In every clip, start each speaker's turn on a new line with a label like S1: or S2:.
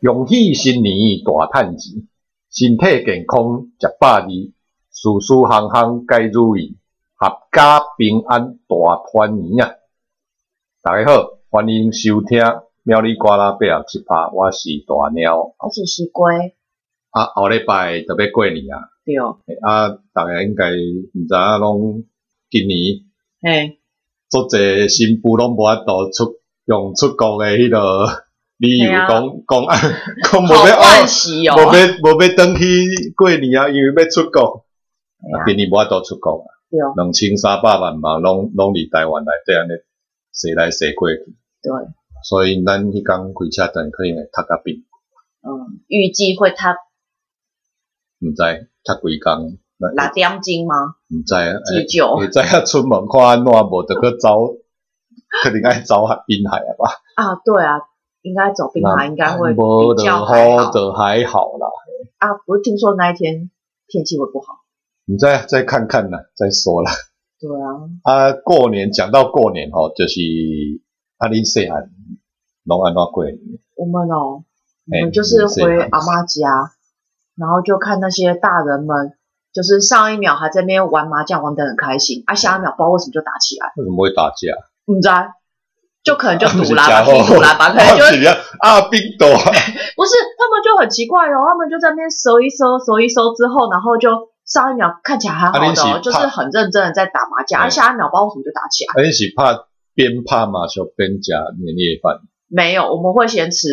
S1: 恭喜新年大趁钱，身体健康，食百二，事事行行皆如意，合家平安大团圆啊！大家好，欢迎收听《喵哩呱啦八十七趴》，我是大猫。
S2: 我是西瓜，
S1: 啊，后礼拜就要过年啊！
S2: 对，
S1: 嘿啊，大家应该毋知影拢今年
S2: 嘿，
S1: 足侪新妇拢无法度出用出国诶迄落理由
S2: 嘿啊
S1: 讲讲讲无
S2: 好
S1: 要
S2: 惋惜哦
S1: 无，要无要转去过年啊，因为要出国，
S2: 嘿
S1: 啊
S2: 啊
S1: 今年无法度出国啊，
S2: 对
S1: 两千三百万嘛，拢拢伫台湾内底安尼踅来踅过去，
S2: 对，
S1: 所以咱迄工开车等可能会读甲病，
S2: 嗯，预计会他
S1: 毋知读几工，
S2: 六点钟吗？
S1: 毋知啊，
S2: 至少
S1: 会知影出门看安怎，无着搁走， 可能爱走海滨海啊吧。
S2: 啊，对啊，应该走滨海应该会
S1: 无
S2: 比
S1: 就
S2: 较还
S1: 好，
S2: 好
S1: 就还好啦。
S2: 啊。不是听说那一天天气会不好？
S1: 你再啊再看看啦，再说啦。
S2: 对啊，
S1: 啊，过年讲到过年吼，就是啊，恁细汉拢安怎过年？
S2: 我们哦，我
S1: 哎
S2: 们就是回
S1: 你是
S2: 阿妈家，然后就看那些大人们，就是上一秒还在那边玩麻将玩得很开心，啊，下一秒不知道为什么就打起来，
S1: 为什么会打架？
S2: 你知道？就可能就
S1: 不啊是
S2: 赌啦
S1: 假
S2: 吧，
S1: 货
S2: 踢赌啦吧，可能 就
S1: 啊，是啊，啊，冰斗啊，
S2: 不是，他们就很奇怪哦，他们就在那边搜一搜，搜一搜之后，然后就上一秒看起来还好
S1: 啊你
S2: 的、
S1: 是
S2: 哦，
S1: 怕
S2: 就是很认真的在打麻将，
S1: 哎
S2: 啊，下一秒不知道为什么就打起来。
S1: 啊，你是怕边怕麻将边吃年夜饭，
S2: 没有，我们会先吃，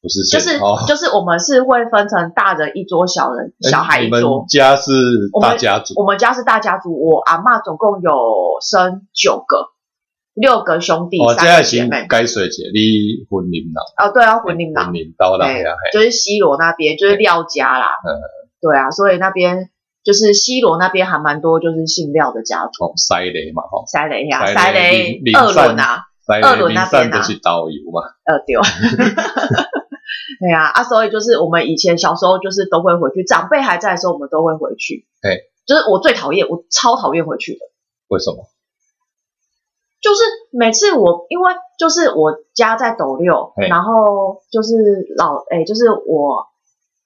S1: 不是
S2: 就
S1: 先？
S2: 是、
S1: 哦，
S2: 就是我们是会分成大人一桌，小人小孩
S1: 哎
S2: 一
S1: 你们
S2: 桌。
S1: 家是大家族，
S2: 我们家是大家族，我阿妈总共有生九个，六个兄弟，
S1: 哦，这
S2: 三
S1: 样
S2: 个姐
S1: 先
S2: 妹。
S1: 解水者，你婚姻啦，
S2: 啊，对啊，婚姻啦
S1: 婚，姻到啦，
S2: 对
S1: 嘿啊嘿
S2: 哎就是西罗那边，就是廖家啦。
S1: 嗯
S2: 对啊，所以那边就是西罗那边还蛮多就是姓廖的家族。
S1: 哦，塞雷嘛，吼，
S2: 塞雷呀，
S1: 塞
S2: 塞
S1: 雷
S2: 雷
S1: 零
S2: 二轮啊，
S1: 塞
S2: 二
S1: 雷
S2: 轮那
S1: 林散
S2: 边啊
S1: 就是导游嘛。
S2: 呃丢。 对啊，啊，所以就是我们以前小时候就是都会回去，长辈还在的时候我们都会回去。
S1: 对，
S2: 就是我最讨厌，我超讨厌回去的，
S1: 为什么？
S2: 就是每次我因为就是我家在斗六，
S1: 嘿
S2: 然后就是老哎、就是我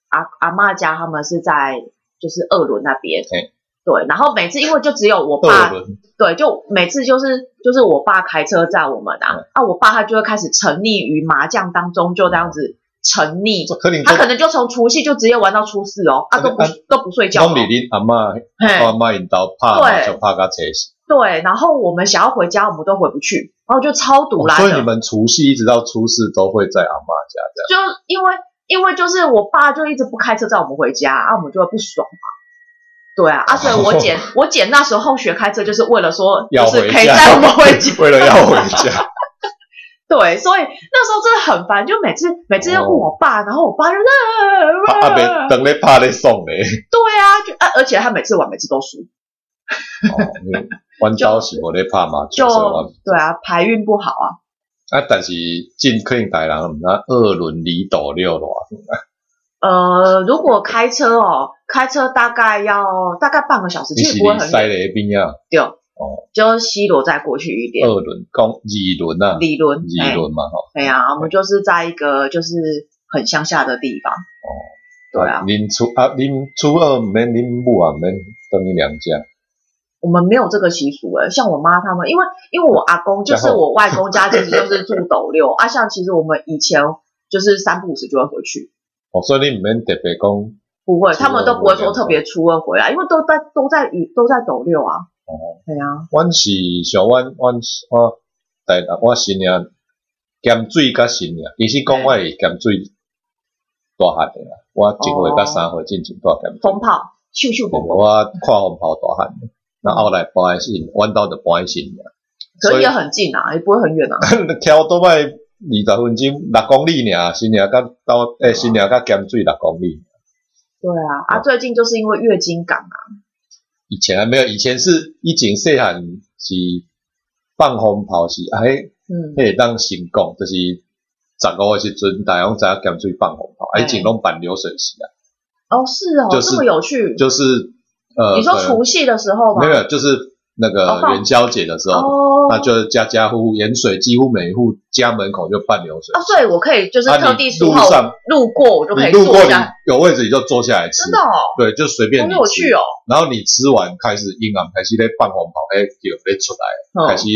S2: 阿阿嬷家他们是在就是二轮那边
S1: 嘿。
S2: 对，然后每次因为就只有我爸
S1: 二轮
S2: 对，就每次就是就是我爸开车载我们啊
S1: 嗯，
S2: 啊，我爸他就会开始沉溺于麻将当中，就这样子沉溺，
S1: 可能
S2: 他可能就从除夕就直接玩到初四哦，啊
S1: 嗯
S2: 都不
S1: 嗯
S2: 都不睡觉哦
S1: 拢，是恁阿嬷阿
S2: 嘿，
S1: 嬷因兜拍麻将拍甲车死。
S2: 对，然后我们想要回家，我们都回不去，然后就超堵
S1: 哦
S2: 拦
S1: 所以你
S2: 的，
S1: 们除夕一直到初四都会在阿嬷家这样。
S2: 就因为因为就是我爸就一直不开车载我们回家，啊，我们就会不爽嘛。对啊，啊，所以 我姐我姐那时候学开车就是为了说，就
S1: 要
S2: 是
S1: 回
S2: 可以
S1: 家，
S2: 载我们回 家，
S1: 为了要回 家，
S2: 对，所以那时候真的很烦，就每次每次要
S1: 哦
S2: 问我爸，然后我爸就
S1: 阿阿
S2: 那、
S1: 伯啊等咧拍咧送咧。
S2: 对啊，就啊，而且他每次玩每次都输，
S1: 哦，因 为阮兜是无咧拍麻
S2: 就
S1: 将，所以我
S2: 对啊，牌运不好啊，
S1: 啊，但是进可能大人毋知二轮离岛六咯，
S2: 呃，如果开车哦，开车大概要大概半个小时，
S1: 你
S2: 其
S1: 是
S2: 实不会
S1: 离
S2: 很
S1: 西
S2: 远，
S1: 咧边啊，
S2: 对，
S1: 哦，
S2: 就西罗再过去一点，
S1: 二轮讲二轮啊，
S2: 理论，
S1: 二轮嘛吼。
S2: 哎，对啊，我们就是在一个就是很乡下的地方，哦，对啊，
S1: 恁初啊，恁初二毋免恁母啊，毋免等你娘家。
S2: 我们没有这个习俗诶，像我妈他们，因为因为我阿公就是
S1: 然后
S2: 我外公家，其实就是住斗六啊。像其实我们以前就是三不五时就会回去，
S1: 哦，所以你毋免特别讲
S2: 不会，
S1: 初二
S2: 他们都不会说特别初二回来，因为都在都在与都在斗六啊。
S1: 哦。
S2: 对啊，
S1: 阮是像阮阮是我台南我新娘咸水甲新娘，其实讲我是咸水大汉诶啦，我一岁甲三岁进前住咸水
S2: 风，炮咻咻
S1: 哦
S2: 嘣嘣，
S1: 我看风炮大汉的。那后来搬新，阮兜就搬新娘，
S2: 可
S1: 所以
S2: 是也很近啊，也不会很 远啊。
S1: 跳倒摆二十分钟六公里尔，新娘甲兜诶新娘甲咸水六公里。
S2: 对啊，
S1: 哦
S2: 啊，最近就是因为月经港啊，
S1: 以前还没有，以前是以前细汉是放风炮是哎。迄
S2: 嗯，
S1: 会当成功，就是十五诶时阵，大家拢知影咸水放红炮，啊，
S2: 嗯
S1: 以前拢办流水席啊，
S2: 哦是哦，
S1: 就是
S2: 这么有趣。
S1: 就是呃，
S2: 你说
S1: 可能
S2: 除夕的时候吗
S1: 没？有，就是那
S2: 哦
S1: 个
S2: 放
S1: 元宵节的时候，
S2: 哦，
S1: 那就是家家户户盐水，几乎每一户家门口就办流水
S2: 啊，。所以我可以就是
S1: 啊
S2: 特
S1: 你
S2: 地
S1: 路
S2: 术后
S1: 上
S2: 路过，哦我就可
S1: 你
S2: 以
S1: 路
S2: 坐
S1: 过你
S2: 下，
S1: 有位置你就坐下来吃，
S2: 真的哦，
S1: 对，就随便
S2: 好
S1: 你
S2: 有
S1: 吃
S2: 趣。哦，
S1: 然后你吃完开始阴暗，开始在放红包，哎，叫在出来，
S2: 嗯
S1: 开始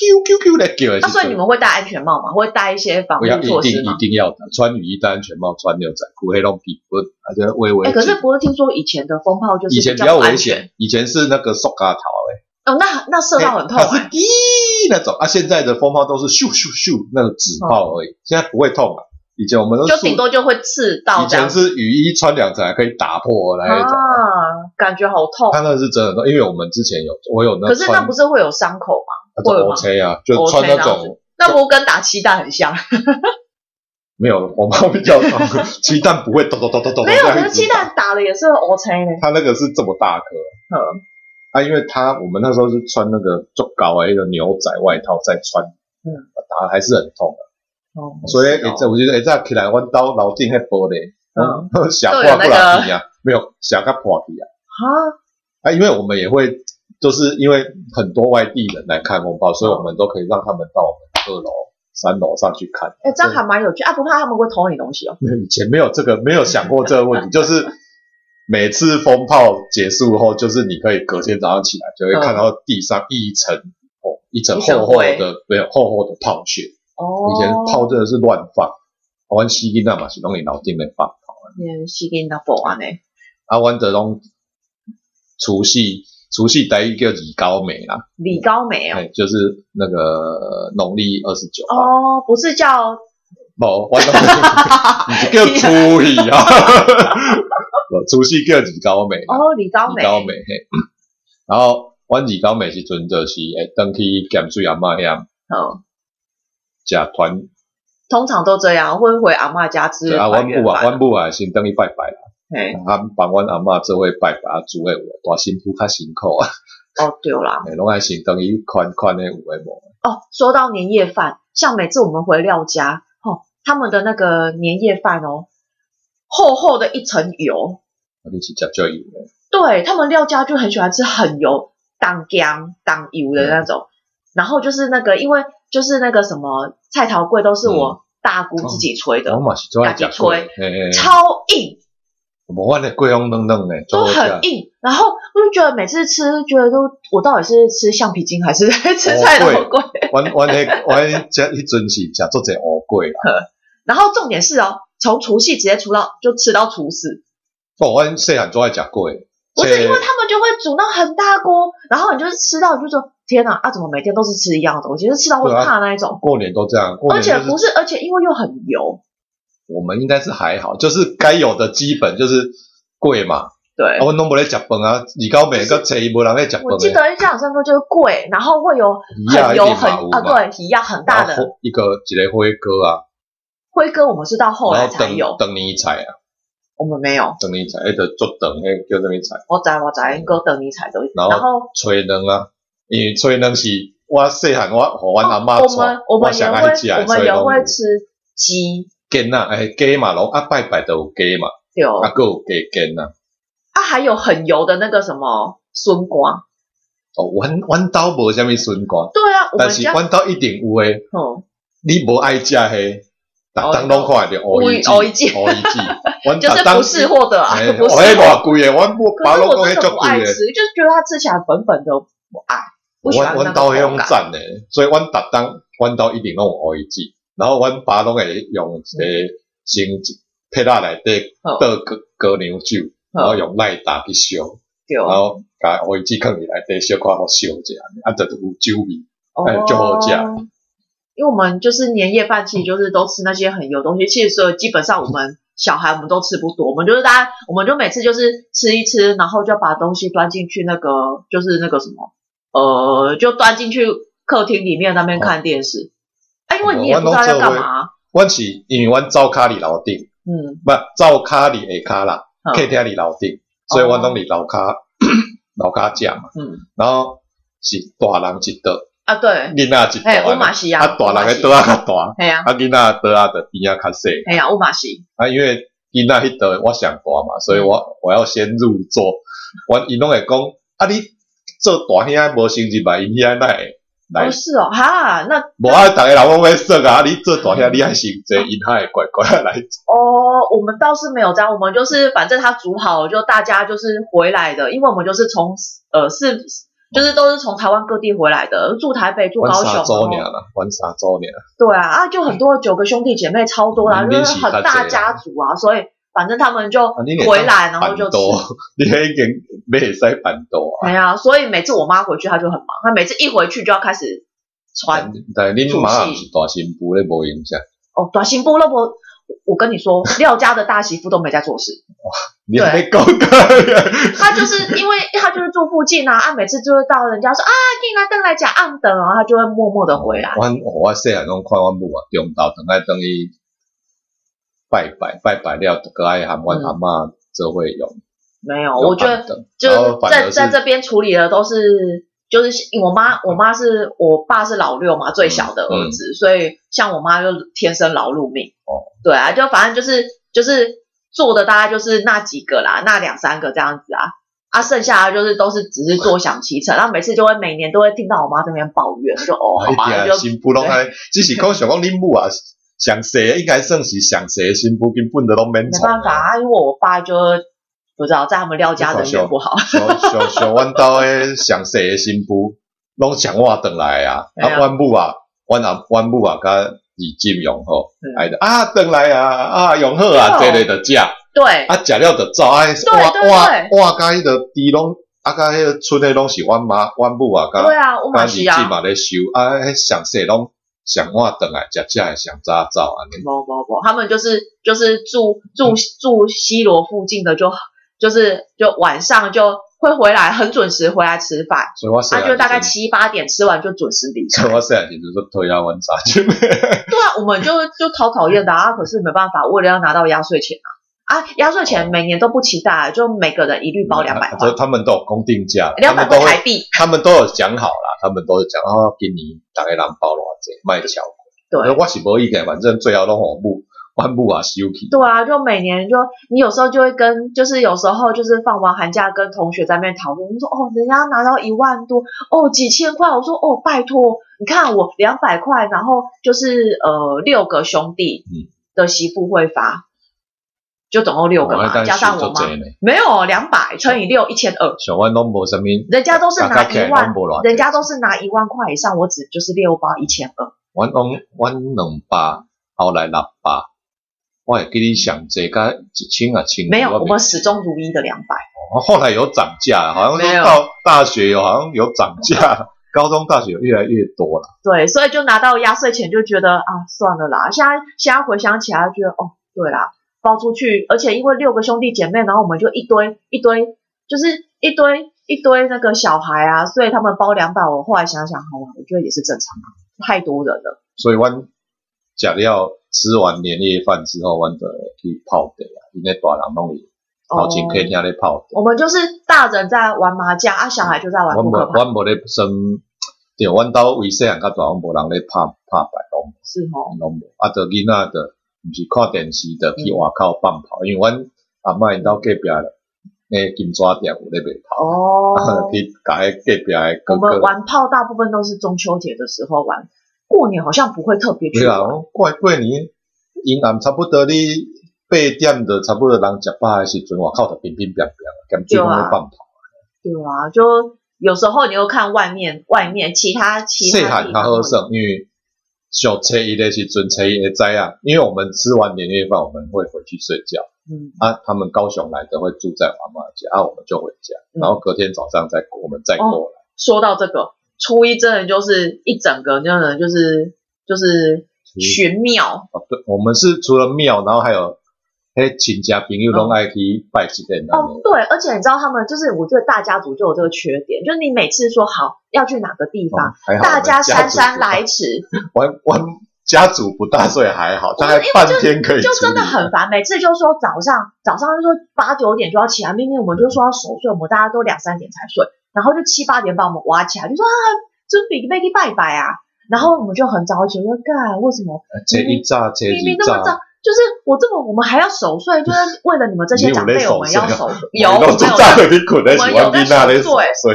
S1: 啾啾啾在叫的时
S2: 啊，
S1: 候。
S2: 所以你们会戴安全帽吗？会戴一些防护
S1: 不要一
S2: 措
S1: 定
S2: 施吗
S1: 一？定要的，穿雨衣、戴安全帽、穿牛仔裤、黑龙皮裤，而且微微
S2: 哎、
S1: 的。
S2: 可是不是听说以前的风炮就是
S1: 以前比
S2: 较
S1: 较
S2: 不安
S1: 危
S2: 全
S1: 险，以前是那个塑胶头
S2: 哦，那那射
S1: 哎，
S2: 到 很痛、
S1: 它是
S2: 哎
S1: 滴那种啊。现在的风炮都是咻咻咻那种纸炮而已，现在不会痛了。啊以前我们都
S2: 哦就是顶多就会刺到
S1: 以
S2: 这
S1: 前
S2: 样子
S1: 是雨衣穿两层还可以打破那一种，
S2: 啊，感觉好痛。
S1: 他那是真的痛，因为我们之前有我有那
S2: 可是那
S1: 穿
S2: 不是会有伤口吗？
S1: 那种
S2: 会吗
S1: OK 啊，就穿
S2: OK，
S1: 那
S2: 然后
S1: 种
S2: 那不跟打气弹很像？
S1: 哦没有风炮比较 痛，鸡蛋不会咚咚咚咚咚
S2: 没
S1: 这
S2: 有，
S1: 样
S2: 可是
S1: 一直
S2: 气
S1: 打
S2: 弹打了也是欸会 O C 呢。
S1: 它那个是这么大颗
S2: 嗯，
S1: 啊，因为它我们那时候是穿那个做高的一个牛仔外套再穿，啊
S2: 嗯
S1: 打还是很痛的。
S2: 哦
S1: 所以
S2: 是哦
S1: 这我觉得这样起来弯刀老定那玻璃，
S2: 嗯
S1: 嗯，想
S2: 都
S1: 破
S2: 有
S1: 不
S2: 那个
S1: 了皮啊，没有想个破皮啊。
S2: 啊，
S1: 啊，因为我们也会，就是因为很多外地人来看红包，所以我们都可以让他们到我们二楼、三楼上去看。
S2: 哎、这样还蛮有趣啊，不怕他们会偷你东西哦。
S1: 因为 以前没有这个，没有想过这个 问题，就是每次风炮结束后，就是你可以隔天早上起来就会看到地上一层哦，一层
S2: 一层
S1: 厚厚
S2: 灰
S1: 的没有厚厚的炮屑。
S2: 哦，
S1: 以前炮真的是乱放，啊，阮西囡仔嘛是拢伊老顶咧放，
S2: 也是给那保安呢。
S1: 啊，阮就拢除夕除夕第一叫二高梅啦，
S2: 李高梅哦，
S1: 哎，就是那个农历二十九号，
S2: 哦，不是叫
S1: 无，我 都 你是叫初一啊， 无除夕叫二高梅啦，
S2: 哦，李高梅，
S1: 二高梅嘿，然后阮二高梅时阵就是会登去咸水阿嬷遐
S2: 嗯，
S1: 食团，
S2: 通常都这样，会回阿嬷家吃
S1: 对啊，阮
S2: 团圆
S1: 母啊，
S2: 饭。
S1: 阮母啊先登去拜拜啦。
S2: 嘿，
S1: 啊，帮阮阿嬷做伙拜拜，啊，煮诶有诶，大新妇较辛苦啊，
S2: 哦，对啦，
S1: 诶，拢爱先等伊款款诶有诶无的。
S2: 哦，说到年夜饭，像每次我们回廖家，哦，他们的那个年夜饭哦，厚厚的一层油，
S1: 啊，你是食少油诶，
S2: 对他们廖家就很喜欢吃很油、当姜、当油的那种。然后就是那个，因为就是那个什么菜头粿都是
S1: 嗯
S2: 我大姑自
S1: 哦
S2: 己吹的，
S1: 我嘛是最爱食粿，嘿嘿，
S2: 超硬，
S1: 无阮诶粿红嫩嫩诶，
S2: 都
S1: 做好
S2: 很
S1: 食。
S2: 硬，然后我就觉得每次吃，觉得都我到底是吃橡皮筋还是 在吃菜头
S1: 哦
S2: 粿？
S1: 阮阮迄阮食迄阵是食做者乌粿啦，
S2: 然后重点是哦，从除夕直接除到就吃到初四，
S1: 哦，阮细汉最爱食粿，
S2: 不是因为
S1: 切
S2: 他们就会煮那很大锅，然后你就是吃到你就说天哪，啊怎么每天都是吃一样的东西，就是吃到会
S1: 对啊
S2: 怕那一种，
S1: 过年都这样，过
S2: 而
S1: 年
S2: 且
S1: 就
S2: 不
S1: 是
S2: 是，而且因为又很油，
S1: 我们应该是还好，就是该有的基本就是粿嘛，啊，
S2: 对。
S1: 阮拢无咧食饭啊，二到尾个初一无人咧食饭
S2: 我记
S1: 诶，
S2: 得印象很深刻就是贵，然后会有
S1: 鱼啊
S2: 很
S1: 一
S2: 油
S1: 定
S2: 很
S1: 嘛有
S2: 啊，
S1: 嘛，
S2: 对，一样很大
S1: 然后
S2: 的
S1: 一个一个火锅啊。
S2: 辉哥，我们是到后来
S1: 然后
S2: 才
S1: 等
S2: 有，
S1: 等你菜啊，
S2: 我们没有。
S1: 等你菜，迄个做等，迄叫等你菜，
S2: 我知我知，哥等你才都。
S1: 然后
S2: 然后
S1: 炊卵啊，因为炊卵是我细汉我互阮阿嬷
S2: 我
S1: 做
S2: 们，我们也
S1: 上
S2: 会
S1: 爱食的
S2: 我们
S1: 炊
S2: 也会
S1: 卵。
S2: 吃鸡，
S1: 鸡啊，哎，鸡嘛，拢啊拜拜都有鸡嘛，
S2: 对哦，
S1: 啊，佫有鸡鸡啊。
S2: 啊还有很油的那个什么笋瓜，
S1: 哦，阮阮兜无啥物笋干，
S2: 对啊，我
S1: 但
S2: 们
S1: 是
S2: 家
S1: 阮兜一定有诶，
S2: 嗯
S1: 你无爱食诶，逐
S2: 哦
S1: 当拢看着乌鱼
S2: 乌鱼
S1: 子，乌鱼 子，阮
S2: 就
S1: 逐
S2: 是
S1: 当
S2: 不是货的啊，
S1: 哎，
S2: 不
S1: 我
S2: 是
S1: 迄
S2: 货。
S1: 偌贵诶，阮母
S2: 可
S1: 爸
S2: 是
S1: 拢
S2: 我
S1: 讲
S2: 真
S1: 迄
S2: 的
S1: 足
S2: 不爱
S1: 贵
S2: 吃，
S1: 诶。
S2: 就是觉得它吃起来粉粉的，不爱，不喜欢
S1: 阮
S2: 那
S1: 阮
S2: 个
S1: 兜迄
S2: 口
S1: 种
S2: 感。嗯
S1: 赞诶，所以阮逐当阮兜一定拢有乌鱼子，然后阮爸拢会用一个先撇仔内底
S2: 好
S1: 倒高高粱酒，然后
S2: 嗯
S1: 用赖打去烧，
S2: 对
S1: 然
S2: 哦，
S1: 后甲乌鱼子放入内底小可互烧一下，啊，就有酒味。哎就好吃
S2: 哦因为我们就是年夜饭，其实就是都吃那些很油的东西。其实所以基本上我们小孩我们都吃不多，我们就是大家，我们就每次就是吃一吃，然后就把东西端进去那个就是那个什么，呃，就端进去客厅里面那边看电视。哎、因为你也
S1: 哦
S2: 不知道要干嘛、
S1: 阮是因为阮灶卡伫楼顶，
S2: 嗯，
S1: 不灶卡伫下骹啦，
S2: 嗯
S1: 客厅伫楼顶，所以阮拢伫楼骹楼骹食嘛，
S2: 嗯
S1: 然后是大人一桌，
S2: 啊对，
S1: 囡仔一桌
S2: 哎，
S1: 安
S2: 欧
S1: 尼，
S2: 马西
S1: 啊大人诶桌
S2: 啊，
S1: 啊较大。
S2: 哎呀，
S1: 啊，囡仔桌啊，就边啊较细，
S2: 哎呀，欧马西，
S1: 啊，因为囡仔迄
S2: 嗯
S1: 桌我上大嘛，所以我我要先入座。我伊拢会讲，啊你做大兄的无成绩嘛，因遐哪会来
S2: 哦，？是哦，哈，那
S1: 无啊，逐个人拢要说啊，你做大兄你还成济，因遐会乖乖来做。
S2: 哦，我们倒是没有这样，我们就是反正他煮好了，就大家就是回来的，因为我们就是从呃是就是都是从台湾各地回来的，住台北住
S1: 阮
S2: 高
S1: 三组
S2: 雄，
S1: 尔啦，阮三组尔。
S2: 对啊啊，就很多九个兄弟姐妹超多啦、
S1: 嗯
S2: 就
S1: 你
S2: 是
S1: 是
S2: 很大
S1: 较侪啊
S2: 家族啊，所以反正他们就
S1: 啊，你
S2: 回来然后
S1: 办
S2: 就吃。
S1: 桌，你迄已经要会使办桌啊。
S2: 哎呀，所以每次我妈回去，她就很忙，她每次一回去就要开始传
S1: 但是恁妈也毋是大新妇咧，无影响。
S2: 哦，短信部那我我跟你说，廖家的大媳妇都没在做事，
S1: 你还没讲个？
S2: 他就是因为他就是住附近啊，啊，每次就会到人家说啊，你来登来讲暗等，然后他就会默默的回来。
S1: 阮哦我细汉拢看阮母啊，中昼等爱等伊拜拜拜拜了，就搁爱含阮阿嬷做伙用。
S2: 没有，嗯我觉得
S1: 得
S2: 就
S1: 然后
S2: 是
S1: 反
S2: 在
S1: 而
S2: 在
S1: 是
S2: 这边处理的都是，就是我妈，我妈是我爸是老六
S1: 嗯
S2: 嘛，最小的儿子，所以像我妈就天生劳碌命。
S1: 哦，
S2: 对啊，就反正就是就是做的大概就是那几个啦，那两三个这样子啊。啊，剩下的就是都是只是坐享其成，然后每次就会每年都会听到我妈这边抱怨，我就哦，好
S1: 一
S2: 吧，那
S1: 定
S2: 就
S1: 啊新妇拢安尼，只是讲想讲恁母啊，上细的应该算是上细的新妇，根本都拢免
S2: 没
S1: 创
S2: 办法。啊，因为我爸就不知道在他们廖家人缘不好，
S1: 像像像阮兜诶上细诶新妇，拢抢我转来啊！
S2: 哎呀
S1: 啊，阮母啊，阮阿阮母啊，甲二金用好
S2: 嗯，
S1: 哎啊，转来啊，啊用好啊，坐
S2: 对哦
S1: 咧就食，啊
S2: 对，
S1: 食了就走，啊，
S2: 对
S1: 我我我甲迄个猪拢，啊甲迄个剩诶拢是阮妈阮母啊，甲
S2: 对啊，我
S1: 甲
S2: 马
S1: 二
S2: 西
S1: 金
S2: 啊，
S1: 嘛咧收，啊，迄上细拢上我转来，食食诶上早走安尼。
S2: 不不不，他们就是就是住
S1: 嗯
S2: 住住西罗附近的就，就是就晚上就会回来，很准时回来吃饭，
S1: 所以我细
S2: 他、
S1: 汉
S2: 啊就大概
S1: 时阵
S2: 七八点吃完就准时离 开。
S1: 所以我细汉时阵就推啊阮查就。
S2: 对啊，我们就就超讨厌的啊，可是没办法，为了要拿到压岁钱啊，啊，压岁
S1: 哦
S2: 钱每年都不期待，啊就每个人一律包两 百块
S1: 啊所以，他们都有公定价，
S2: 两
S1: 他
S2: 百
S1: 们都
S2: 块
S1: 会
S2: 台币，
S1: 嗯他们都有讲好啦，他们都有讲哦，今年大概人包偌济，卖巧。
S2: 对。
S1: 我是无意见，反正最后拢我母，我母也收起。
S2: 对啊，就每年就你有时候就会跟，就是有时候就是放完寒假跟同学在那边讨论，我说哦，人家拿到一万多，哦几千块，我说哦拜托，你看我两百块，然后就是呃六个兄弟
S1: 嗯
S2: 的媳妇会发，就总共六
S1: 哦
S2: 个嘛，加上我
S1: 就哦
S2: 妈
S1: 呢，
S2: 没有哦两百乘以六一千二，
S1: 像阮拢无啥物，
S2: 人家都是拿
S1: 起来
S2: 一万
S1: 拢，无偌
S2: 人家都是拿一万块以上，我只就是六包一千二，
S1: 阮拢阮两百，后来六百，我会记你上济甲一千啊千。
S2: 没有，我
S1: 我哦
S2: 们始终如一的两百。
S1: 后来有涨价，好像
S2: 没有
S1: 说到大学有好像有涨价，高中大学越来越多了。
S2: 对，所以就拿到压岁钱就觉得啊，算了啦。现在现在回想起来，觉得哦，对啦，包出去，而且因为六个兄弟姐妹，然后我们就一堆一堆，就是一堆一堆那个小孩啊，所以他们包两百，我后来想想，好了，我觉得也是正常啊，太多人了。哦
S1: 所以阮食了吃完年夜饭之后，阮就会去泡茶啊，因为大人拢有
S2: 哦
S1: 头前客厅咧泡茶。
S2: 我们就是大人在玩麻将啊，小孩就在玩
S1: 阮
S2: 扑
S1: 无
S2: 克牌，
S1: 阮无咧算，对，阮兜为细汉甲大人无人咧拍拍牌拢
S2: 是哦，
S1: 拢无，啊，着囡仔着毋是看电视着去外口放炮，因为阮阿嬷因兜隔壁咧，诶金纸店有咧卖炮，，
S2: 哦
S1: 去甲迄隔壁诶哥
S2: 我们
S1: 哥，
S2: 玩炮大部分都是中秋节的时候玩，过年好像不会特别去
S1: 对啊，
S2: 玩。
S1: 我过过年，因暗差不多你八点着差不多人食饱诶时阵，外口着乒乒乓乓，兼水拢咧
S2: 啊
S1: 放炮。
S2: 对啊，就有时候你又看外面，外面其他其
S1: 细
S2: 他
S1: 汉
S2: 地
S1: 较
S2: 方
S1: 好耍，因为小初一的时阵，初一的知啊，因为我们吃完年夜饭，我们会回去睡觉
S2: 嗯，
S1: 啊。他们高雄来的会住在妈妈家，啊，我们就回家，
S2: 嗯
S1: 然后隔天早上再我们再过来，
S2: 说到这个，初一真的就是一整个真的就是就是
S1: 嗯
S2: 玄妙，
S1: 哦对，我们是除了庙，然后还有嘿亲戚朋友拢爱去拜祭的那
S2: 哦，对，而且你知道他们就是，我觉得大家族就有这个缺点，就是你每次说好要去哪个地方，
S1: 哦还好我
S2: 大
S1: 们
S2: 家
S1: 家
S2: 姗姗
S1: 族
S2: 来迟，
S1: 不大，我 我家族不大，所以还好，大概半天可以
S2: 就真
S1: 处
S2: 的
S1: 理
S2: 很烦。每次就说早上早上就说八九点就要起来，明明我们就说要守岁，我们大家都两三点才睡，然后就七八点把我们挖起来，就说啊，准备备去拜拜啊。然后我们就很着急，我说干为什么
S1: 初一早，初
S2: 明明
S1: 二
S2: 那么
S1: 早
S2: 早，，就是我这么我们还要守岁，就是 为了你们这些长辈，我们要守。有我
S1: 啊都
S2: 们 有
S1: 早就去困
S2: 我
S1: 咧，
S2: 们
S1: 喜
S2: 有
S1: 欢
S2: 在
S1: 囡仔咧
S2: 守岁
S1: 所以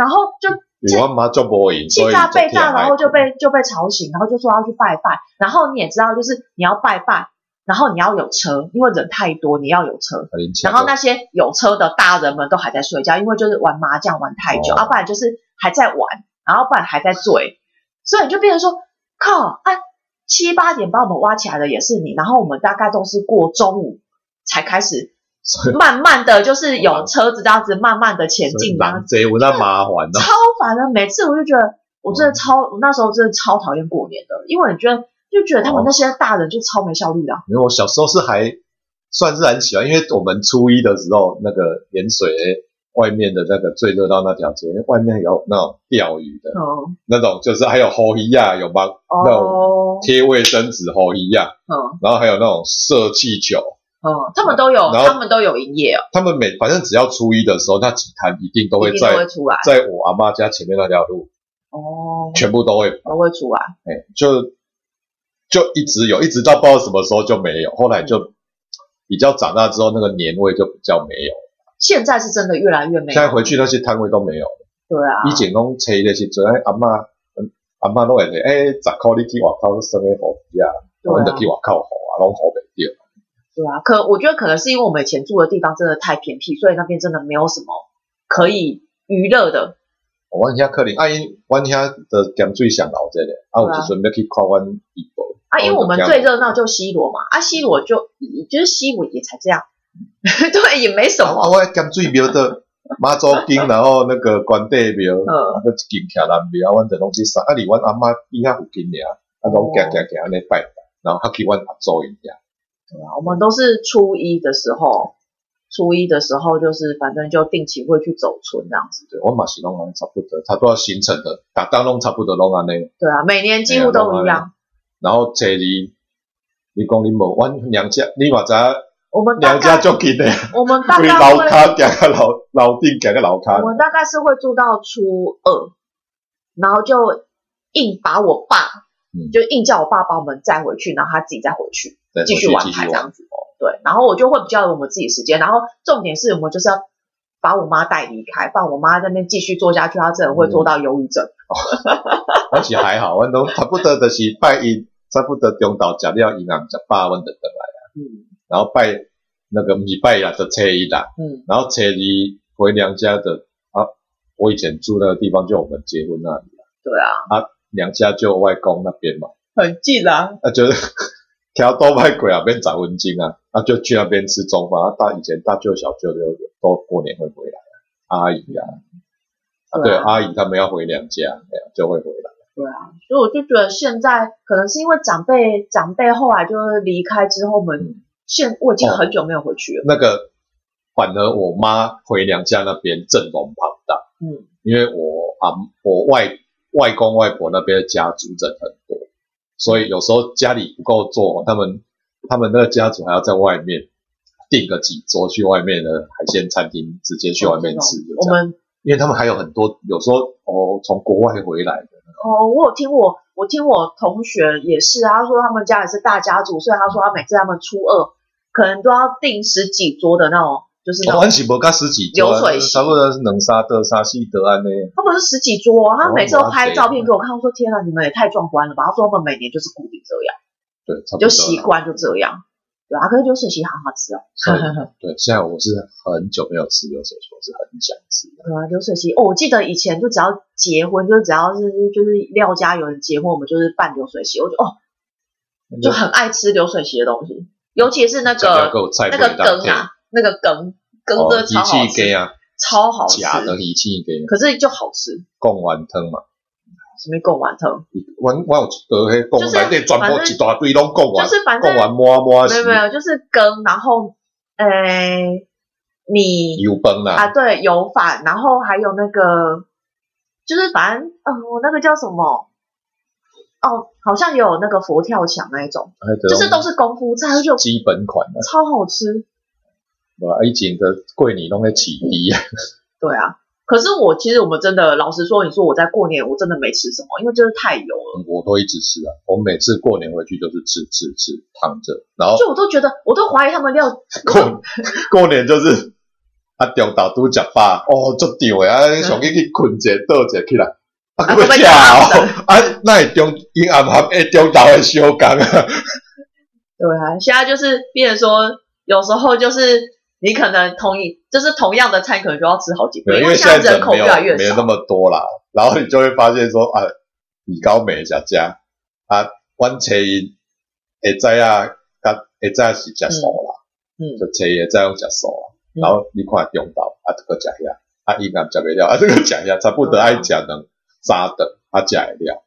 S2: 然后就
S1: 因为我妈做无闲，
S2: 气
S1: 所以
S2: 炸被
S1: 就忝
S2: 炸，然后就被就被吵醒，然后就说要去拜拜。然后你也知道，就是你要拜拜，然后你要有车，因为人太多，你要有车。
S1: 啊恁车
S2: 然后那些有车的大人们都还在睡觉，因为就是玩麻将玩太久，啊
S1: 哦
S2: 要、不然就是还在玩，然后不然还在醉，所以你就变成说，靠啊，七八点把我们挖起来的也是你，然后我们大概都是过中午才开始
S1: 所以
S2: 慢慢的就是有车子这样子慢慢的前进，啊这样
S1: 人侪有那麻烦啊咯。
S2: 超烦的。每次我就觉得，我真的超，我那时候真的超讨厌过年的，因为你觉得就觉得他们那些大人就超没效率的啊、
S1: 因为我小时候是还算是很喜欢，因为我们初一的时候，那个盐水外面的那个最热闹那条街，外面有那种钓鱼的，
S2: 嗯，
S1: 那种就是还有吼一亚，有帮
S2: 哦，
S1: 贴卫生纸吼一亚，
S2: 嗯
S1: 然后还有那种射气球。
S2: 嗯，他们都有，
S1: 然后
S2: 他们都有营业哦，
S1: 他们每反正只要初一的时候，那几摊一定都会
S2: 一定
S1: 在
S2: 都会出来，
S1: 在我阿妈家前面那条路，
S2: 哦，
S1: 全部都会，
S2: 都会出来，
S1: 哎、就就一直有，一直到不知道什么时候就没有。后来
S2: 嗯
S1: 就比较长大之后，那个年味就比较没有。
S2: 现在是真的越来越没有，
S1: 现在回去那些摊位都没有。
S2: 对啊，
S1: 以前拢找咧时阵，哎阿嬷嗯阿嬷拢会说，哎、十箍你去外口耍个好鱼啊，阮
S2: 对
S1: 就
S2: 啊
S1: 去，外口好啊，拢好袂着。
S2: 对啊，可我觉得可能是因为我们以前住的地方真的太偏僻，所以那边真的没有什么可以娱乐的，
S1: 阮遐可能啊，因阮遐的咸水上老这个，啊，有
S2: 对啊
S1: 一阵要去看阮姨婆，
S2: 啊，因为我们
S1: 哦
S2: 最热闹就西罗嘛，啊，西罗就就是西罗也才这样， 对，也没什
S1: 啊，
S2: 么，
S1: 我咸水庙的妈祖经，然后那个关帝庙，啊，
S2: 嗯，
S1: 个一间徛南庙，阮就拢去耍。啊，离阮阿嬷边遐附近尔，啊，拢行行行安尼拜拜，然后还去阮阿祖因遐。
S2: 对啊我们都是初一的时候，初一的时候就是反正就定期会去走村这样子，
S1: 对，我嘛是拢安尼差不多，差不多形成的，逐当拢差不多拢安尼。
S2: 对啊，每年
S1: 哎
S2: 几乎都一样，
S1: 然后初二，你讲你无，阮娘家你嘛知影
S2: 我们大
S1: 娘家
S2: 概
S1: 足近的，
S2: 我们大
S1: 规
S2: 概
S1: 楼
S2: 会
S1: 骹行到楼楼顶，行到楼
S2: 我
S1: 骹。
S2: 们大概是会住到初二，然后就硬把我爸，
S1: 嗯
S2: 就硬叫我爸把我们载回去，然后他自己再回去
S1: 再回
S2: 继
S1: 去
S2: 续玩
S1: 继续
S2: 牌这
S1: 玩
S2: 样子。对，然后我就会比较有我自己时间，然后重点是我们就是要把我妈带离开，不然我妈在那边继续做下去，她真的会做到忧郁症。
S1: 我是还好，阮拢差不多就是拜一，差不多中昼食了，伊人食饱，阮就倒来。
S2: 嗯
S1: 然后拜那个米拜啦，就初一啦，
S2: 嗯，
S1: 然后初二回娘家的啊，我以前住那个地方就我们结婚那里，
S2: 对啊，
S1: 娘家就外公那边嘛，
S2: 很近啊。
S1: 啊就是 条都卖鬼啊，变找文经啊，啊就去那边吃中饭。啊大以前大舅小舅就都过年会回来，阿姨啊，啊对
S2: 对啊
S1: 阿姨他们要回娘家，哎呀就会回来。
S2: 所以我就觉得现在可能是因为长辈长辈后来就是离开之后，我们
S1: 嗯
S2: 现我已经
S1: 哦
S2: 很久没有回去了。
S1: 那个反而我妈回娘家那边阵容庞大，
S2: 嗯，
S1: 因为我啊我外外公外婆那边的家族人很多，所以有时候家里不够做，他们他们那个家族还要在外面订个几桌去外面的海鲜餐厅，直接去外面吃。就
S2: 我
S1: 这样
S2: 们
S1: 因为他们还有很多有时候哦从国外回来的，
S2: 哦，我有听我，我听我同学也是啊，他说他们家也是大家族，所以他说他每次他们初二可能都要订十几桌的那种，就是那
S1: 我
S2: 种，
S1: 们是无加十几桌啊
S2: 流水席
S1: 差不多是两三桌、三四桌安尼。
S2: 他们是十几桌啊、他
S1: 哦
S2: 每次都
S1: 哇塞
S2: 拍照片给我看，我说天啊，你们也太壮观了吧！他说他们每年就是固定这样，
S1: 对，差不多
S2: 就
S1: 啦。
S2: 习惯就这样，对啊，可是流水席好好吃哦，
S1: 所以对，现在我是很久没有吃流水席，我是很想吃的。
S2: 对啊，流水席哦，我记得以前就只要结婚，就是只要是就是廖家有人结婚，我们就是办流水席，我就哦就很爱吃流水席的东西，尤其是那
S1: 想要
S2: 个
S1: 给我菜
S2: 那
S1: 不
S2: 个
S1: 当
S2: 羹
S1: 天，
S2: 啊，那个羹羹真
S1: 哦，
S2: 的超好
S1: 鱼翅羹
S2: 吃，
S1: 啊，
S2: 超好吃，
S1: 假的鱼翅羹，
S2: 可是就好吃，
S1: 贡丸汤嘛，
S2: 什么贡丸汤，
S1: 我我有一道迄
S2: 就
S1: 贡
S2: 是
S1: 丸，内全
S2: 反
S1: 部
S2: 正
S1: 一大堆拢贡
S2: 就
S1: 丸，
S2: 是反正
S1: 贡丸
S2: 没
S1: 满满是
S2: 有没有，就是羹，然后诶米
S1: 油饭
S2: 啊
S1: 啦，
S2: 对油饭，然后还有那个就是反正嗯、我那个叫什么哦，好像有那个佛跳墙那一种，
S1: 还有
S2: 就是都是功夫菜，我就
S1: 基本款啊，
S2: 超好吃，
S1: 我以前的过年拢在起低啊，
S2: 对啊。可是我其实我们真的老实说，你说我在过年我真的没吃什么，因为就是太油了。
S1: 我都一直吃啊，我每次过年回去就是吃吃吃，躺着，然后
S2: 就我都觉得，我都怀疑他们料
S1: 过过年就是啊，中昼拄食饱，哦，足胀诶，啊，上去去困者倒者起来，啊，
S2: 啊
S1: 搁要
S2: 搁要
S1: 食
S2: 吃
S1: 哦，啊，那会中因暗含诶中昼诶小工啊，
S2: 对啊，现在就是变成说，有时候就是你可能同一，就是同样的菜，可能就要吃好几
S1: 对
S2: 顿，
S1: 因为现
S2: 现
S1: 在
S2: 在人
S1: 人
S2: 口
S1: 没
S2: 越
S1: 有
S2: 来越
S1: 没有
S2: 少
S1: 那。么多啦，然后你就会发现说啊，米高美食食啊，阮找伊会知啊，甲会知是食素啦，
S2: 嗯嗯
S1: 就找伊会知用食素啦，
S2: 嗯
S1: 然后你看中昼啊，这个食遐，啊，伊暗食袂了，啊，这个食遐，差不多爱食两三顿啊，食会了，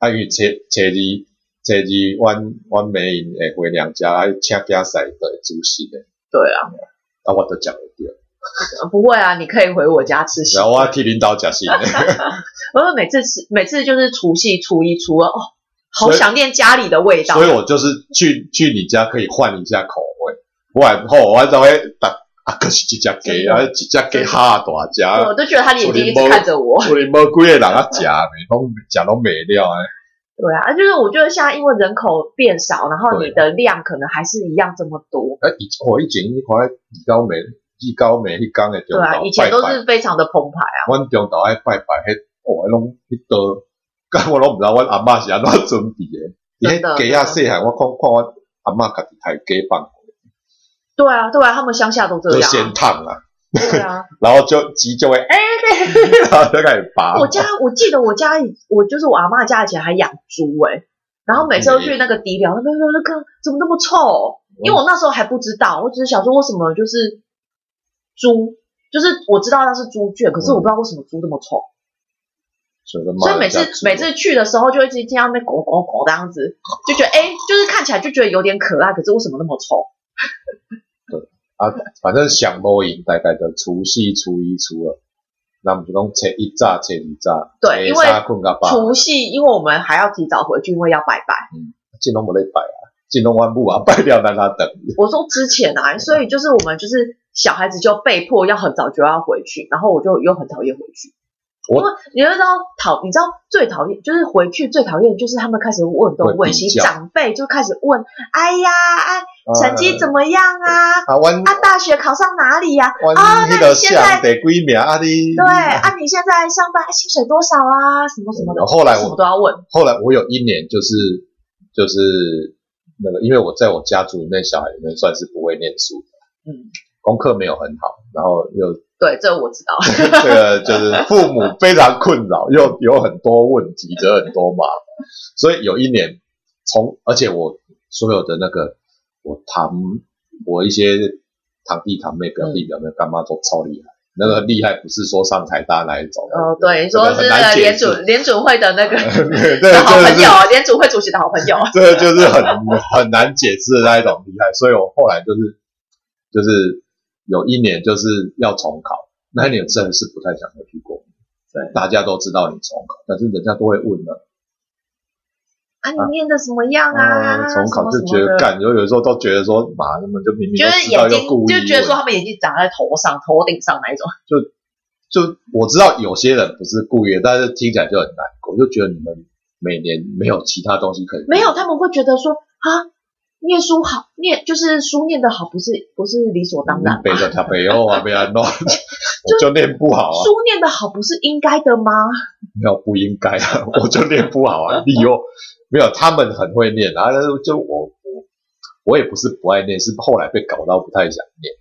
S1: 啊，因为找找伊找伊，阮阮妹因会回娘家，啊，请囝婿就会煮食的，
S2: 对啊，
S1: 啊，我都食袂着，
S2: 不会啊，你可以回我家吃西
S1: 然后我替领导食食的。
S2: 我会每次吃，每次就是除夕、初一、初二，哦，好
S1: 所以
S2: 想念家里的味道。
S1: 所以我就是去去你家可以换一下口味，不然后我才会打啊，可是一只鸡啊，一只鸡哈大只，
S2: 我都觉得他的眼睛一直看着我。
S1: 所以无几个人啊食，拢食拢没了诶。
S2: 对啊，就是我觉得现在因为人口变少，然后你的量可能还是一样这么多。
S1: 啊，以我以前你看二高梅，二高梅迄工诶中
S2: 对啊，以前
S1: 昼
S2: 都
S1: 拜拜，
S2: 是非常的澎湃啊。
S1: 阮中昼爱拜拜，迄哦，迄拢迄刀，甲 我拢毋知阮阿嬷是安怎准备诶。伊
S2: 真的
S1: 迄鸡仔细汉，我看看阮阿嬷家己杀鸡放，
S2: 对啊，对啊，他们乡下都这
S1: 就
S2: 样
S1: 先
S2: 啊。
S1: 烫啊，
S2: 对啊，
S1: 然后就鸡 就会 哎，然后就开始拔。
S2: 我家我记得我家以我就是我阿嬷家以前还养猪诶、然后每次都去那个迪寮那边说那个怎么那么臭？因为我那时候还不知道，我只是想说为什么就是猪，就是我知道那是猪圈，可是我不知道为什么猪这么臭，
S1: 所以就
S2: 所
S1: 骂
S2: 以每
S1: 人家
S2: 次
S1: 猪
S2: 每次去的时候就会直接那边狗狗狗这样子，就觉得哎、就是看起来就觉得有点可爱，可是为什么那么臭？
S1: 啊，反正想摸赢大概就除夕、初一、初二，那我们就讲初一炸、初二炸，
S2: 对因为
S1: 困到饱，
S2: 除夕因为我们还要提早回去，因为要拜拜。
S1: 进拢无咧拜啊，进拢阮母啊 拜了咱阿等，
S2: 我说之前啊，所以就是我们就是小孩子就被迫要很早就要回去，然后我就又很讨厌回去。
S1: 我
S2: 因为你就知道讨，你知道最讨厌就是回去最讨厌就是他们开始问东问西，
S1: 会比较
S2: 长辈就开始问，哎呀，哎，成绩怎
S1: 么
S2: 么样啊？
S1: 啊？阮
S2: 啊，大学考上哪里呀、
S1: 阮
S2: 啊
S1: 迄
S2: 那
S1: 个
S2: 你现在
S1: 上第几名啊？你
S2: 对，啊，你现在上班薪水多少啊？什么什么的，
S1: 嗯后来我
S2: 什么都要问。
S1: 后来我有一年就是就是那个，因为我在我家族里面小孩里面算是不会念书的，
S2: 嗯，
S1: 功课没有很好，然后又
S2: 对，这我知道。
S1: 这个就是父母非常困扰，又有很多问题，惹很多麻烦。所以有一年，从而且我所有的那个我堂我一些堂弟堂妹、表弟
S2: 嗯
S1: 表妹、干妈都超厉害。那个厉害不是说上台大那一种，
S2: 哦，对，你说
S1: 这个
S2: 是
S1: 很
S2: 那
S1: 难
S2: 个
S1: 解
S2: 联
S1: 释
S2: 准联准会的那 个
S1: 对，
S2: 的
S1: 这
S2: 好
S1: 真的
S2: 朋
S1: 是
S2: 友，联准会主席的好朋友。
S1: 这个就是很很难解释的那一种厉害，所以我后来就是就是有一年就是要重考，那一年真的是不太想回去过。
S2: 对
S1: 大家都知道你重考，但是人家都会问了。
S2: 啊，你念的什么样啊？
S1: 哦重考
S2: 什
S1: 就觉
S2: 么什么
S1: 得
S2: 的，
S1: 干，有有时候都觉得说，妈，他们就明明
S2: 就
S1: 都
S2: 是
S1: 知道
S2: 眼
S1: 又
S2: 睛
S1: 故意
S2: 就觉得说
S1: 问
S2: 他们眼睛长在头上、头顶上那一种。
S1: 就我知道有些人不是故意的，但是听起来就很难过，就觉得你们每年没有其他东西可以
S2: 没有，他们会觉得说啊，念书好，念就是书念得好，不是不是理所当然
S1: 嗯背
S2: 吗？
S1: 着他背后啊，被安弄， 我就念不好啊。
S2: 书念得好不是应该的吗？
S1: 没有不应该啊， 我就念不好啊，理由没有，他们很会念啊，但是就我我我也不是不爱念，是后来被搞到不太想念，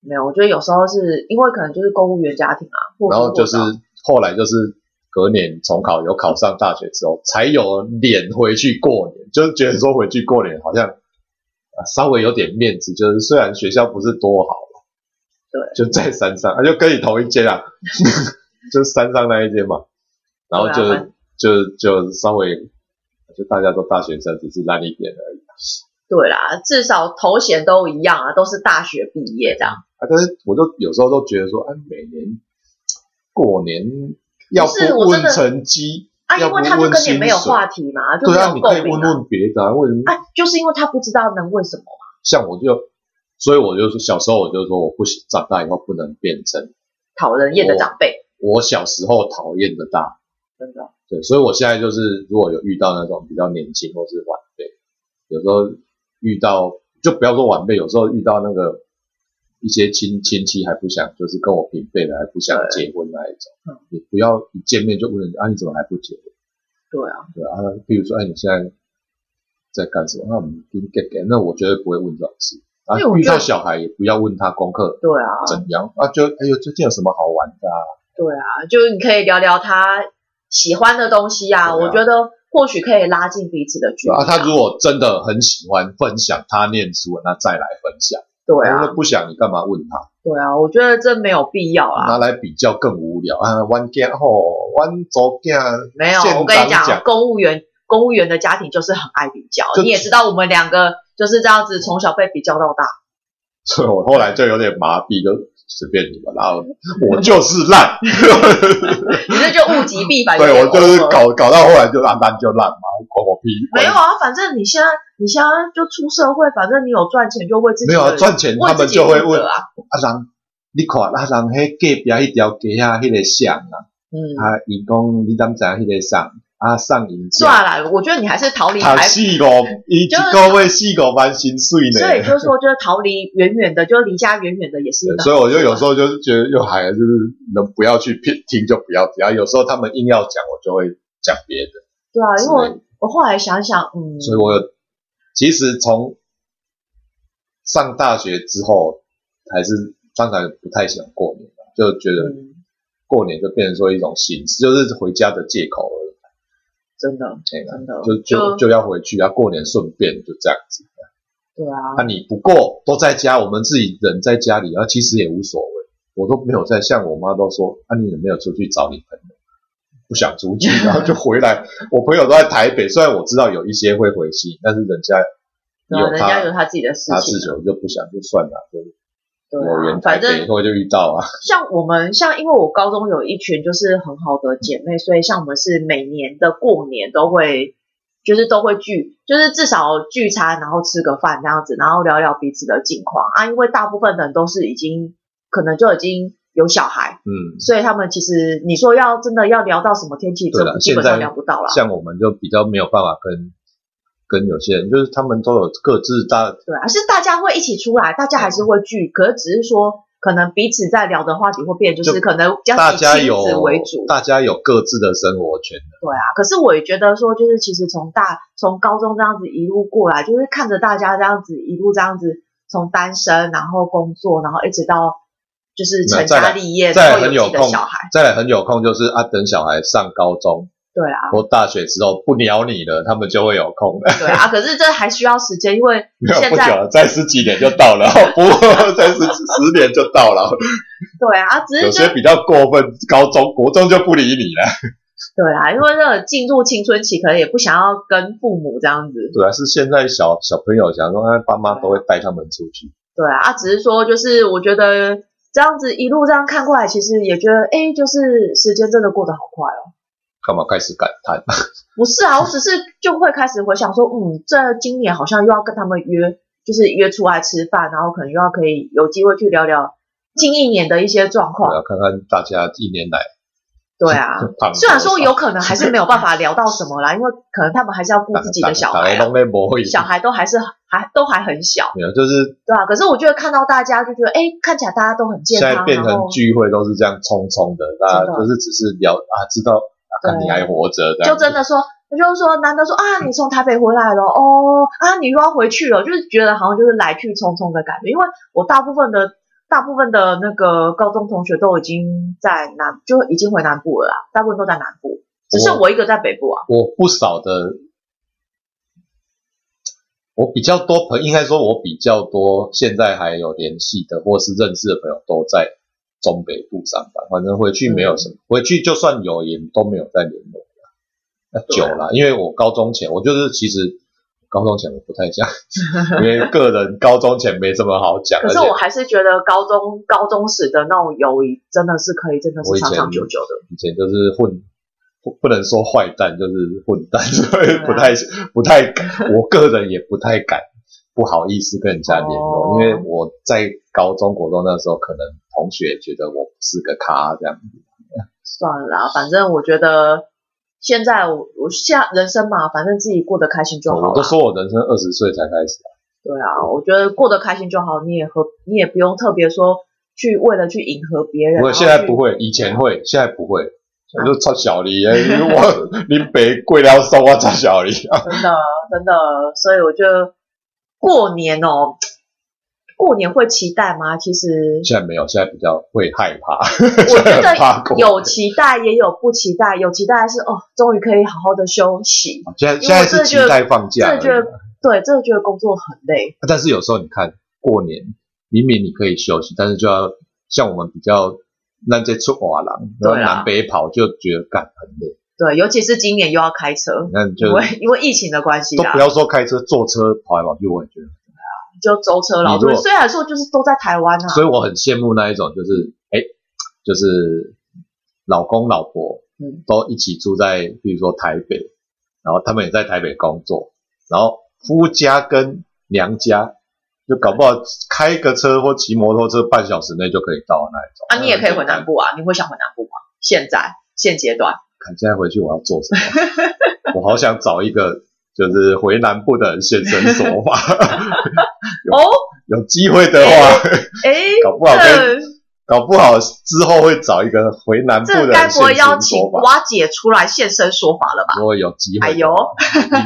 S2: 没有，我觉得有时候是因为可能就是公务员家庭啊，或
S1: 然后就是
S2: 多或少
S1: 后来就是隔年重考，有考上大学之后，才有脸回去过年，就是觉得说回去过年好像、啊稍微有点面子，就是虽然学校不是多好，
S2: 对，
S1: 就在山上，啊，就跟你同一间啊， 就是山上那一间嘛，然后就、
S2: 对啊
S1: 就就稍微就大家都大学生，只是烂一点而已。
S2: 对啦，至少头衔都一样啊，都是大学毕业这样。
S1: 啊，但是我就有时候都觉得说，哎、每年过年要
S2: 不是我
S1: 问
S2: 真的
S1: 成绩，
S2: 啊，因
S1: 要不
S2: 为他就
S1: 问
S2: 跟你
S1: 薪
S2: 没有
S1: 水
S2: 话题嘛，就
S1: 对
S2: 没
S1: 啊，
S2: 有
S1: 你可以
S2: 共
S1: 问
S2: 鸣啊。
S1: 问别的啊，为什么？
S2: 啊，就是因为他不知道能问什么。
S1: 像我就，所以我就说，小时候我就说，我不行，长大以后不能变成
S2: 讨人厌的长辈，
S1: 我小时候讨厌的大人
S2: 真的。
S1: 对，所以我现在就是如果有遇到那种比较年轻或是晚辈，有时候遇到就不要说晚辈，有时候遇到那个一些亲亲戚还不想，就是跟我平辈的还不想结婚那一
S2: 嗯
S1: 种，你不要一见面就问人家啊你怎么还不结婚？
S2: 对啊，
S1: 对啊，比如说哎你现在在干什么？那我们跟 get get，那我绝对不会问这种事。啊
S2: 因为我，觉
S1: 遇
S2: 得
S1: 到小孩也不要问他功课
S2: 对啊，
S1: 怎样啊，就哎呦最近有什么好玩的啊？
S2: 对啊，就是你可以聊聊他喜欢的东西啊，
S1: 对啊
S2: 我觉得或许可以拉近彼此的距离
S1: 啊，他如果真的很喜欢分享他念书的，那再来分享。
S2: 对
S1: 那
S2: 啊，
S1: 不想你干嘛问他？
S2: 对啊，我觉得这没有必要啦。
S1: 拿来比较更无聊啊！弯家吼，弯左家
S2: 没有，
S1: 县
S2: 我跟你
S1: 长
S2: 讲，
S1: 讲
S2: 公务员公务员的家庭就是很爱比较，
S1: 就
S2: 你也知道我们两个就是这样子从小被比较到大。
S1: 所 以我后来就有点麻痹，就随便你们，然后我就是烂，
S2: 你这就物极必反。
S1: 对
S2: 有点
S1: 我就是
S2: over
S1: 搞搞到后来就烂烂就烂嘛，关我屁！
S2: 没有啊，反正你现在你现在就出社会，反正你有赚钱就为自己
S1: 没有啊，
S2: 的
S1: 赚钱
S2: 为
S1: 他们
S2: 自己
S1: 就会
S2: 负
S1: 问
S2: 责啊。
S1: 啊人，你看啊人迄隔壁迄条街啊，迄个巷啊，
S2: 嗯，
S1: 啊伊讲你怎知影迄个巷啊上银
S2: 算
S1: 价，
S2: 了啦，我觉得你还是逃离
S1: 他
S2: 还。
S1: 四五，伊一个月四五万薪水
S2: 所以
S1: 呢。
S2: 就是说，就是逃离远远的，就是离家远远的，也是一个。
S1: 所以我就有时候就是觉得，又还就是能不要去听听就不要听，啊有时候他们硬要讲，我就会讲别的。
S2: 对啊，因
S1: 之类
S2: 为我我后来想想，嗯，
S1: 所以我有，其实从上大学之后，还是上大学不太喜欢过年嘛，就觉得
S2: 嗯
S1: 过年就变成说一种形式，就是回家的借口而已。
S2: 真的
S1: 哎呀
S2: 真的
S1: 就就就要回去啊，过年顺便就这样子。
S2: 对啊
S1: 那、，你不过都在家，我们自己人在家里啊，其实也无所谓。我都没有在像我妈都说，啊，你有没有出去找你朋友？不想出去，然后就回来。我朋友都在台北，虽然我知道有一些会回西，但是人家
S2: 对啊，人家有
S1: 他
S2: 他自己的事
S1: 他
S2: 情
S1: 事情，
S2: 啊，
S1: 我就不想，就算了，就
S2: 对
S1: 有
S2: 啊
S1: 缘，台
S2: 反正
S1: 北以后就遇到啊。
S2: 像我们像，因为我高中有一群就是很好的姐妹，所以像我们是每年的过年都会，就是都会聚，就是至少聚餐，然后吃个饭这样子，然后聊聊彼此的近况啊。因为大部分人都是已经可能就已经有小孩，
S1: 嗯，
S2: 所以他们其实你说要真的要聊到什么天气，
S1: 对啦
S2: 这基本上聊不到啦。
S1: 像我们就比较没有办法跟跟有些人，就是他们都有各自大
S2: 对啊，是大家会一起出来，大家还是会聚，可是只是说可能彼此在聊的话题会变，就是
S1: 就
S2: 可能比较
S1: 大
S2: 以
S1: 家
S2: 亲
S1: 有
S2: 子为主，
S1: 大家有各自的生活圈。
S2: 对啊，可是我也觉得说，就是其实从大从高中这样子一路过来，就是看着大家这样子一路这样子从单身，然后工作，然后一直到就是成家立业，
S1: 再
S2: 然
S1: 来
S2: 后
S1: 很
S2: 有
S1: 有
S2: 自己的
S1: 空
S2: 小孩。
S1: 再来很有空就是啊，等小孩上高中
S2: 对啊，
S1: 或大学之后不鸟你了，他们就会有 空了。
S2: 对啊，可是这还需要时间，因为
S1: 没有
S2: 现
S1: 不久
S2: 在
S1: 了，再十几年就到 了，不再十十年就到了。
S2: 对啊，只
S1: 有
S2: 是就
S1: 些比较过分，高中国中就不理你了。
S2: 对啊，因为这个进入青春期，可能也不想要跟父母这样子。
S1: 主要是现在小小朋友想说，啊，爸妈都会带他们出去。
S2: 对啊，只是说就是我觉得这样子一路这样看过来，其实也觉得哎，就是时间真的过得好快哦。
S1: 干嘛开始感叹？
S2: 不是啊，我只是就会开始回想说，嗯，这今年好像又要跟他们约，就是约出来吃饭，然后可能又要可以有机会去聊聊近一年的一些状
S1: 我
S2: 况。
S1: 要看看大家一年来
S2: 对啊，
S1: 胖多少。
S2: 虽然说有可能还是没有办法聊到什么啦，因为可能他们还是要顾自己的小孩、
S1: 打
S2: 啊，
S1: 龙没
S2: 小孩都还是还都还很小，
S1: 没有，就是
S2: 对啊。可是我就会看到大家就觉得，哎，看起来大家都很健
S1: 现在
S2: 康，
S1: 变
S2: 然
S1: 成
S2: 后
S1: 聚会都是这样匆匆的，大家
S2: 真的
S1: 就是只是聊啊，知道啊，看你还活着，这
S2: 就
S1: 样子
S2: 真的说。就是说，难得说啊，你从台北回来了哦，啊，你又要回去了，就是觉得好像就是来去匆匆的感觉。因为我大部分的大部分的那个高中同学都已经在南，就已经回南部了啦，大部分都在南部，只
S1: 哦
S2: 剩我一个在北部啊。
S1: 我不少的，我比较多朋，应该说我比较多，现在还有联系的或是认识的朋友都在中北部上班。反正回去没有什么，
S2: 嗯
S1: 回去就算有也都没有再联络了。那久
S2: 啊
S1: 了，因为我高中前我就是其实高中前我不 太讲，因为个人高中前没什么好讲，
S2: 可是
S1: 而且
S2: 我还是觉得高中高中时的那种友谊真的是可以，真的
S1: 我
S2: 是
S1: 以前
S2: 长长久久的。
S1: 以前就是混，不不能说坏蛋，就是混蛋， 所以
S2: 啊
S1: 不太不太，我个人也不太敢，不好意思跟人家联络，
S2: 哦
S1: 因为我在高中国中那时候，可能同学觉得我不是个咖这样，
S2: 算了啦，反正我觉得现在我我现在人生嘛，反正自己过得开心就好
S1: 哦我
S2: 了
S1: 都。说我人生二十岁才开始，
S2: 对对啊，我觉得过得开心就好，你也和你也不用特别说去为了去迎合别人。
S1: 我
S2: 啊然后啊
S1: 现在
S2: 去
S1: 不会，以前会，现在不会。我就抄小李，哎我你北贵了送我抄小李 啊！
S2: 真的真的，所以我觉得过年哦，过年会期待吗？其 实
S1: 现在没有，现在比较会害怕。
S2: 我觉
S1: 现在很怕
S2: 得
S1: 过
S2: 有期待也有不期待，有期待是哦，终于可以好好的休息。
S1: 现在
S2: 因
S1: 现
S2: 为
S1: 在
S2: 我
S1: 是期
S2: 真的觉得
S1: 待放
S2: 真
S1: 假
S2: 的觉
S1: 而已
S2: 得，对，真的觉得工作很累。
S1: 但是有时候你看过年，明明你可以休息，但是就要像我们比较那这出瓦郎，然后
S2: 对啊
S1: 南北跑，就觉得干很累。
S2: 对，尤其是今年又要开车，
S1: 那就
S2: 因为因为疫情的关系
S1: 都
S2: 啦
S1: 不，要说开车，坐车跑来跑去，我也觉得，
S2: 就舟车劳
S1: 你
S2: 顿。
S1: 如果
S2: 虽然说就是都在台湾啊，
S1: 所以我很羡慕那一种，就是哎，就是老公老婆，
S2: 嗯
S1: 都一起住在，比如说台北，然后他们也在台北工作，然后夫家跟娘家，就搞不好开个车或骑摩托车半小时内就可以到那一种。
S2: 啊，你也可以回南部啊，你会想回南部吗？现在现阶段，
S1: 看现在回去我要做什么？我好想找一个就是回南部的人现身说法，
S2: 哦，
S1: 有机会的话，
S2: 哎，
S1: 搞不好跟
S2: 这
S1: 搞不好之后会找一个回南部的
S2: 这
S1: 人
S2: 该
S1: 现
S2: 不会
S1: 身
S2: 要请
S1: 说法。
S2: 瓜姐出来现身说法了吧？
S1: 如果有机
S2: 哎
S1: 会，
S2: 呦，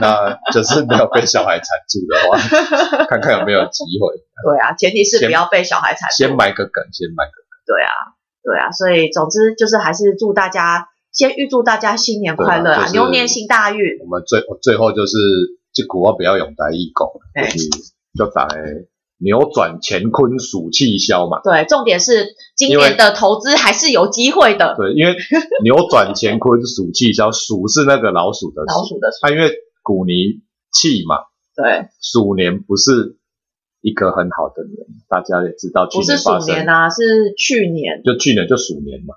S1: 那就是没有被小孩缠住的话，看 看有没有机会。
S2: 对啊，前提是
S1: 先
S2: 不要被小孩缠
S1: 先
S2: 住。
S1: 买个梗，先买个
S2: 对啊，对啊，所以总之就是还是祝大家先预祝大家新年快乐
S1: 对啊就
S2: 啊，
S1: 是
S2: 牛年行大运。
S1: 梗。我们最最后就是这股我比较用台义讲，
S2: 哎
S1: 就是就打扭转乾坤数气消嘛。
S2: 对，重点是今
S1: 因为
S2: 年的投资还是有机会 的。
S1: 对，因为扭转乾坤属气消，鼠是那个老鼠的
S2: 老
S1: 鼠，
S2: 鼠的鼠，
S1: 它、因为古尼气嘛，
S2: 对，
S1: 鼠年不是一个很好的年，大家也知道去
S2: 不是
S1: 年
S2: 鼠
S1: 发生，
S2: 年啊，是去年。
S1: 就去年就鼠年嘛，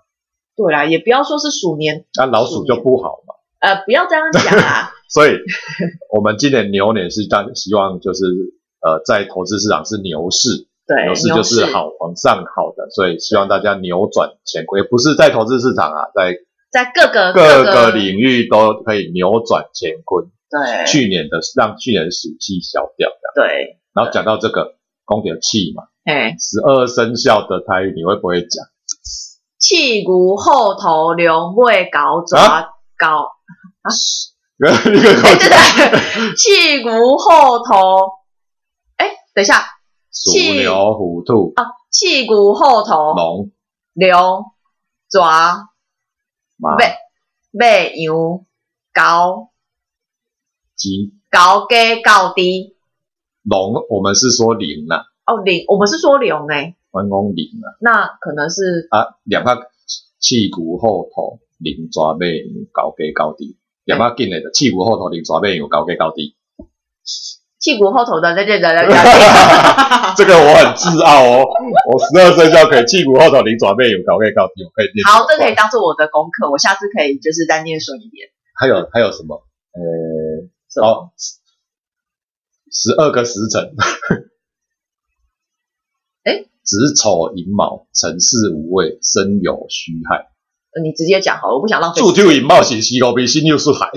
S2: 对啦，也不要说是鼠年，
S1: 那、老鼠就不好嘛，
S2: 呃，不要这样讲 啦。
S1: 所以我们今年牛年是大希望就是呃在投资市场是牛市，
S2: 对，
S1: 牛市
S2: 牛
S1: 就是
S2: 市
S1: 好往上好的，所以希望大家扭转乾坤，也不是在投资市场啊，在
S2: 在各个
S1: 各
S2: 个
S1: 个领域都可以扭转乾坤。
S2: 对
S1: 去年的让去年的暑气消掉这样。
S2: 对，
S1: 然后讲到这个宫点气嘛，
S2: 哎，
S1: 十二生肖的台语你会不会讲？
S2: 气骨后头流尾搞
S1: 啊
S2: 爪搞，
S1: 你可以跟我
S2: 对对
S1: 讲
S2: 对，气骨后头，哎，等一下，
S1: 鼠
S2: 气
S1: 牛虎兔
S2: 气骨后头
S1: 龙
S2: 流
S1: 啊
S2: 爪
S1: 马
S2: 尾尾羊搞
S1: 鸡
S2: 搞鸡搞低
S1: 龙，我们是说零啊，
S2: 哦，零，我们是说流呢。
S1: 关公零啊
S2: 那可能是
S1: 啊，两个气骨后头零抓尾牛高低高低，两个紧来的气骨后头零抓尾牛高低高低，
S2: 屁股后头的那件人
S1: 这个我很自傲哦，我十二生肖可以气骨后头零抓尾牛高低高低，我可以念
S2: 好，这
S1: 出来
S2: 可以当做我的功课，我下次可以就是再念顺一点。
S1: 还有还有什么？呃，
S2: 是吧
S1: 哦，十二个时辰。
S2: 诶
S1: 子丑寅卯，辰巳午未，申酉戌亥。
S2: 呃你直接讲好了，我不想浪费时
S1: 祝
S2: 间。
S1: 兔寅卯喜喜狗比心又是海。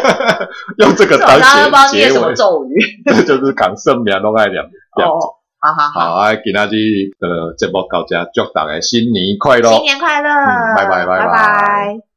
S1: 用这个
S2: 这种
S1: 当
S2: 大家都不知道
S1: 结
S2: 念
S1: 结
S2: 什么
S1: 尾，
S2: 咒语
S1: 这 就是扛圣名拢爱念。两
S2: 哦。好好好，
S1: 好啊，今仔日的节目到这，祝大家新年快乐！
S2: 新年快乐
S1: 嗯，拜拜拜拜
S2: 拜拜。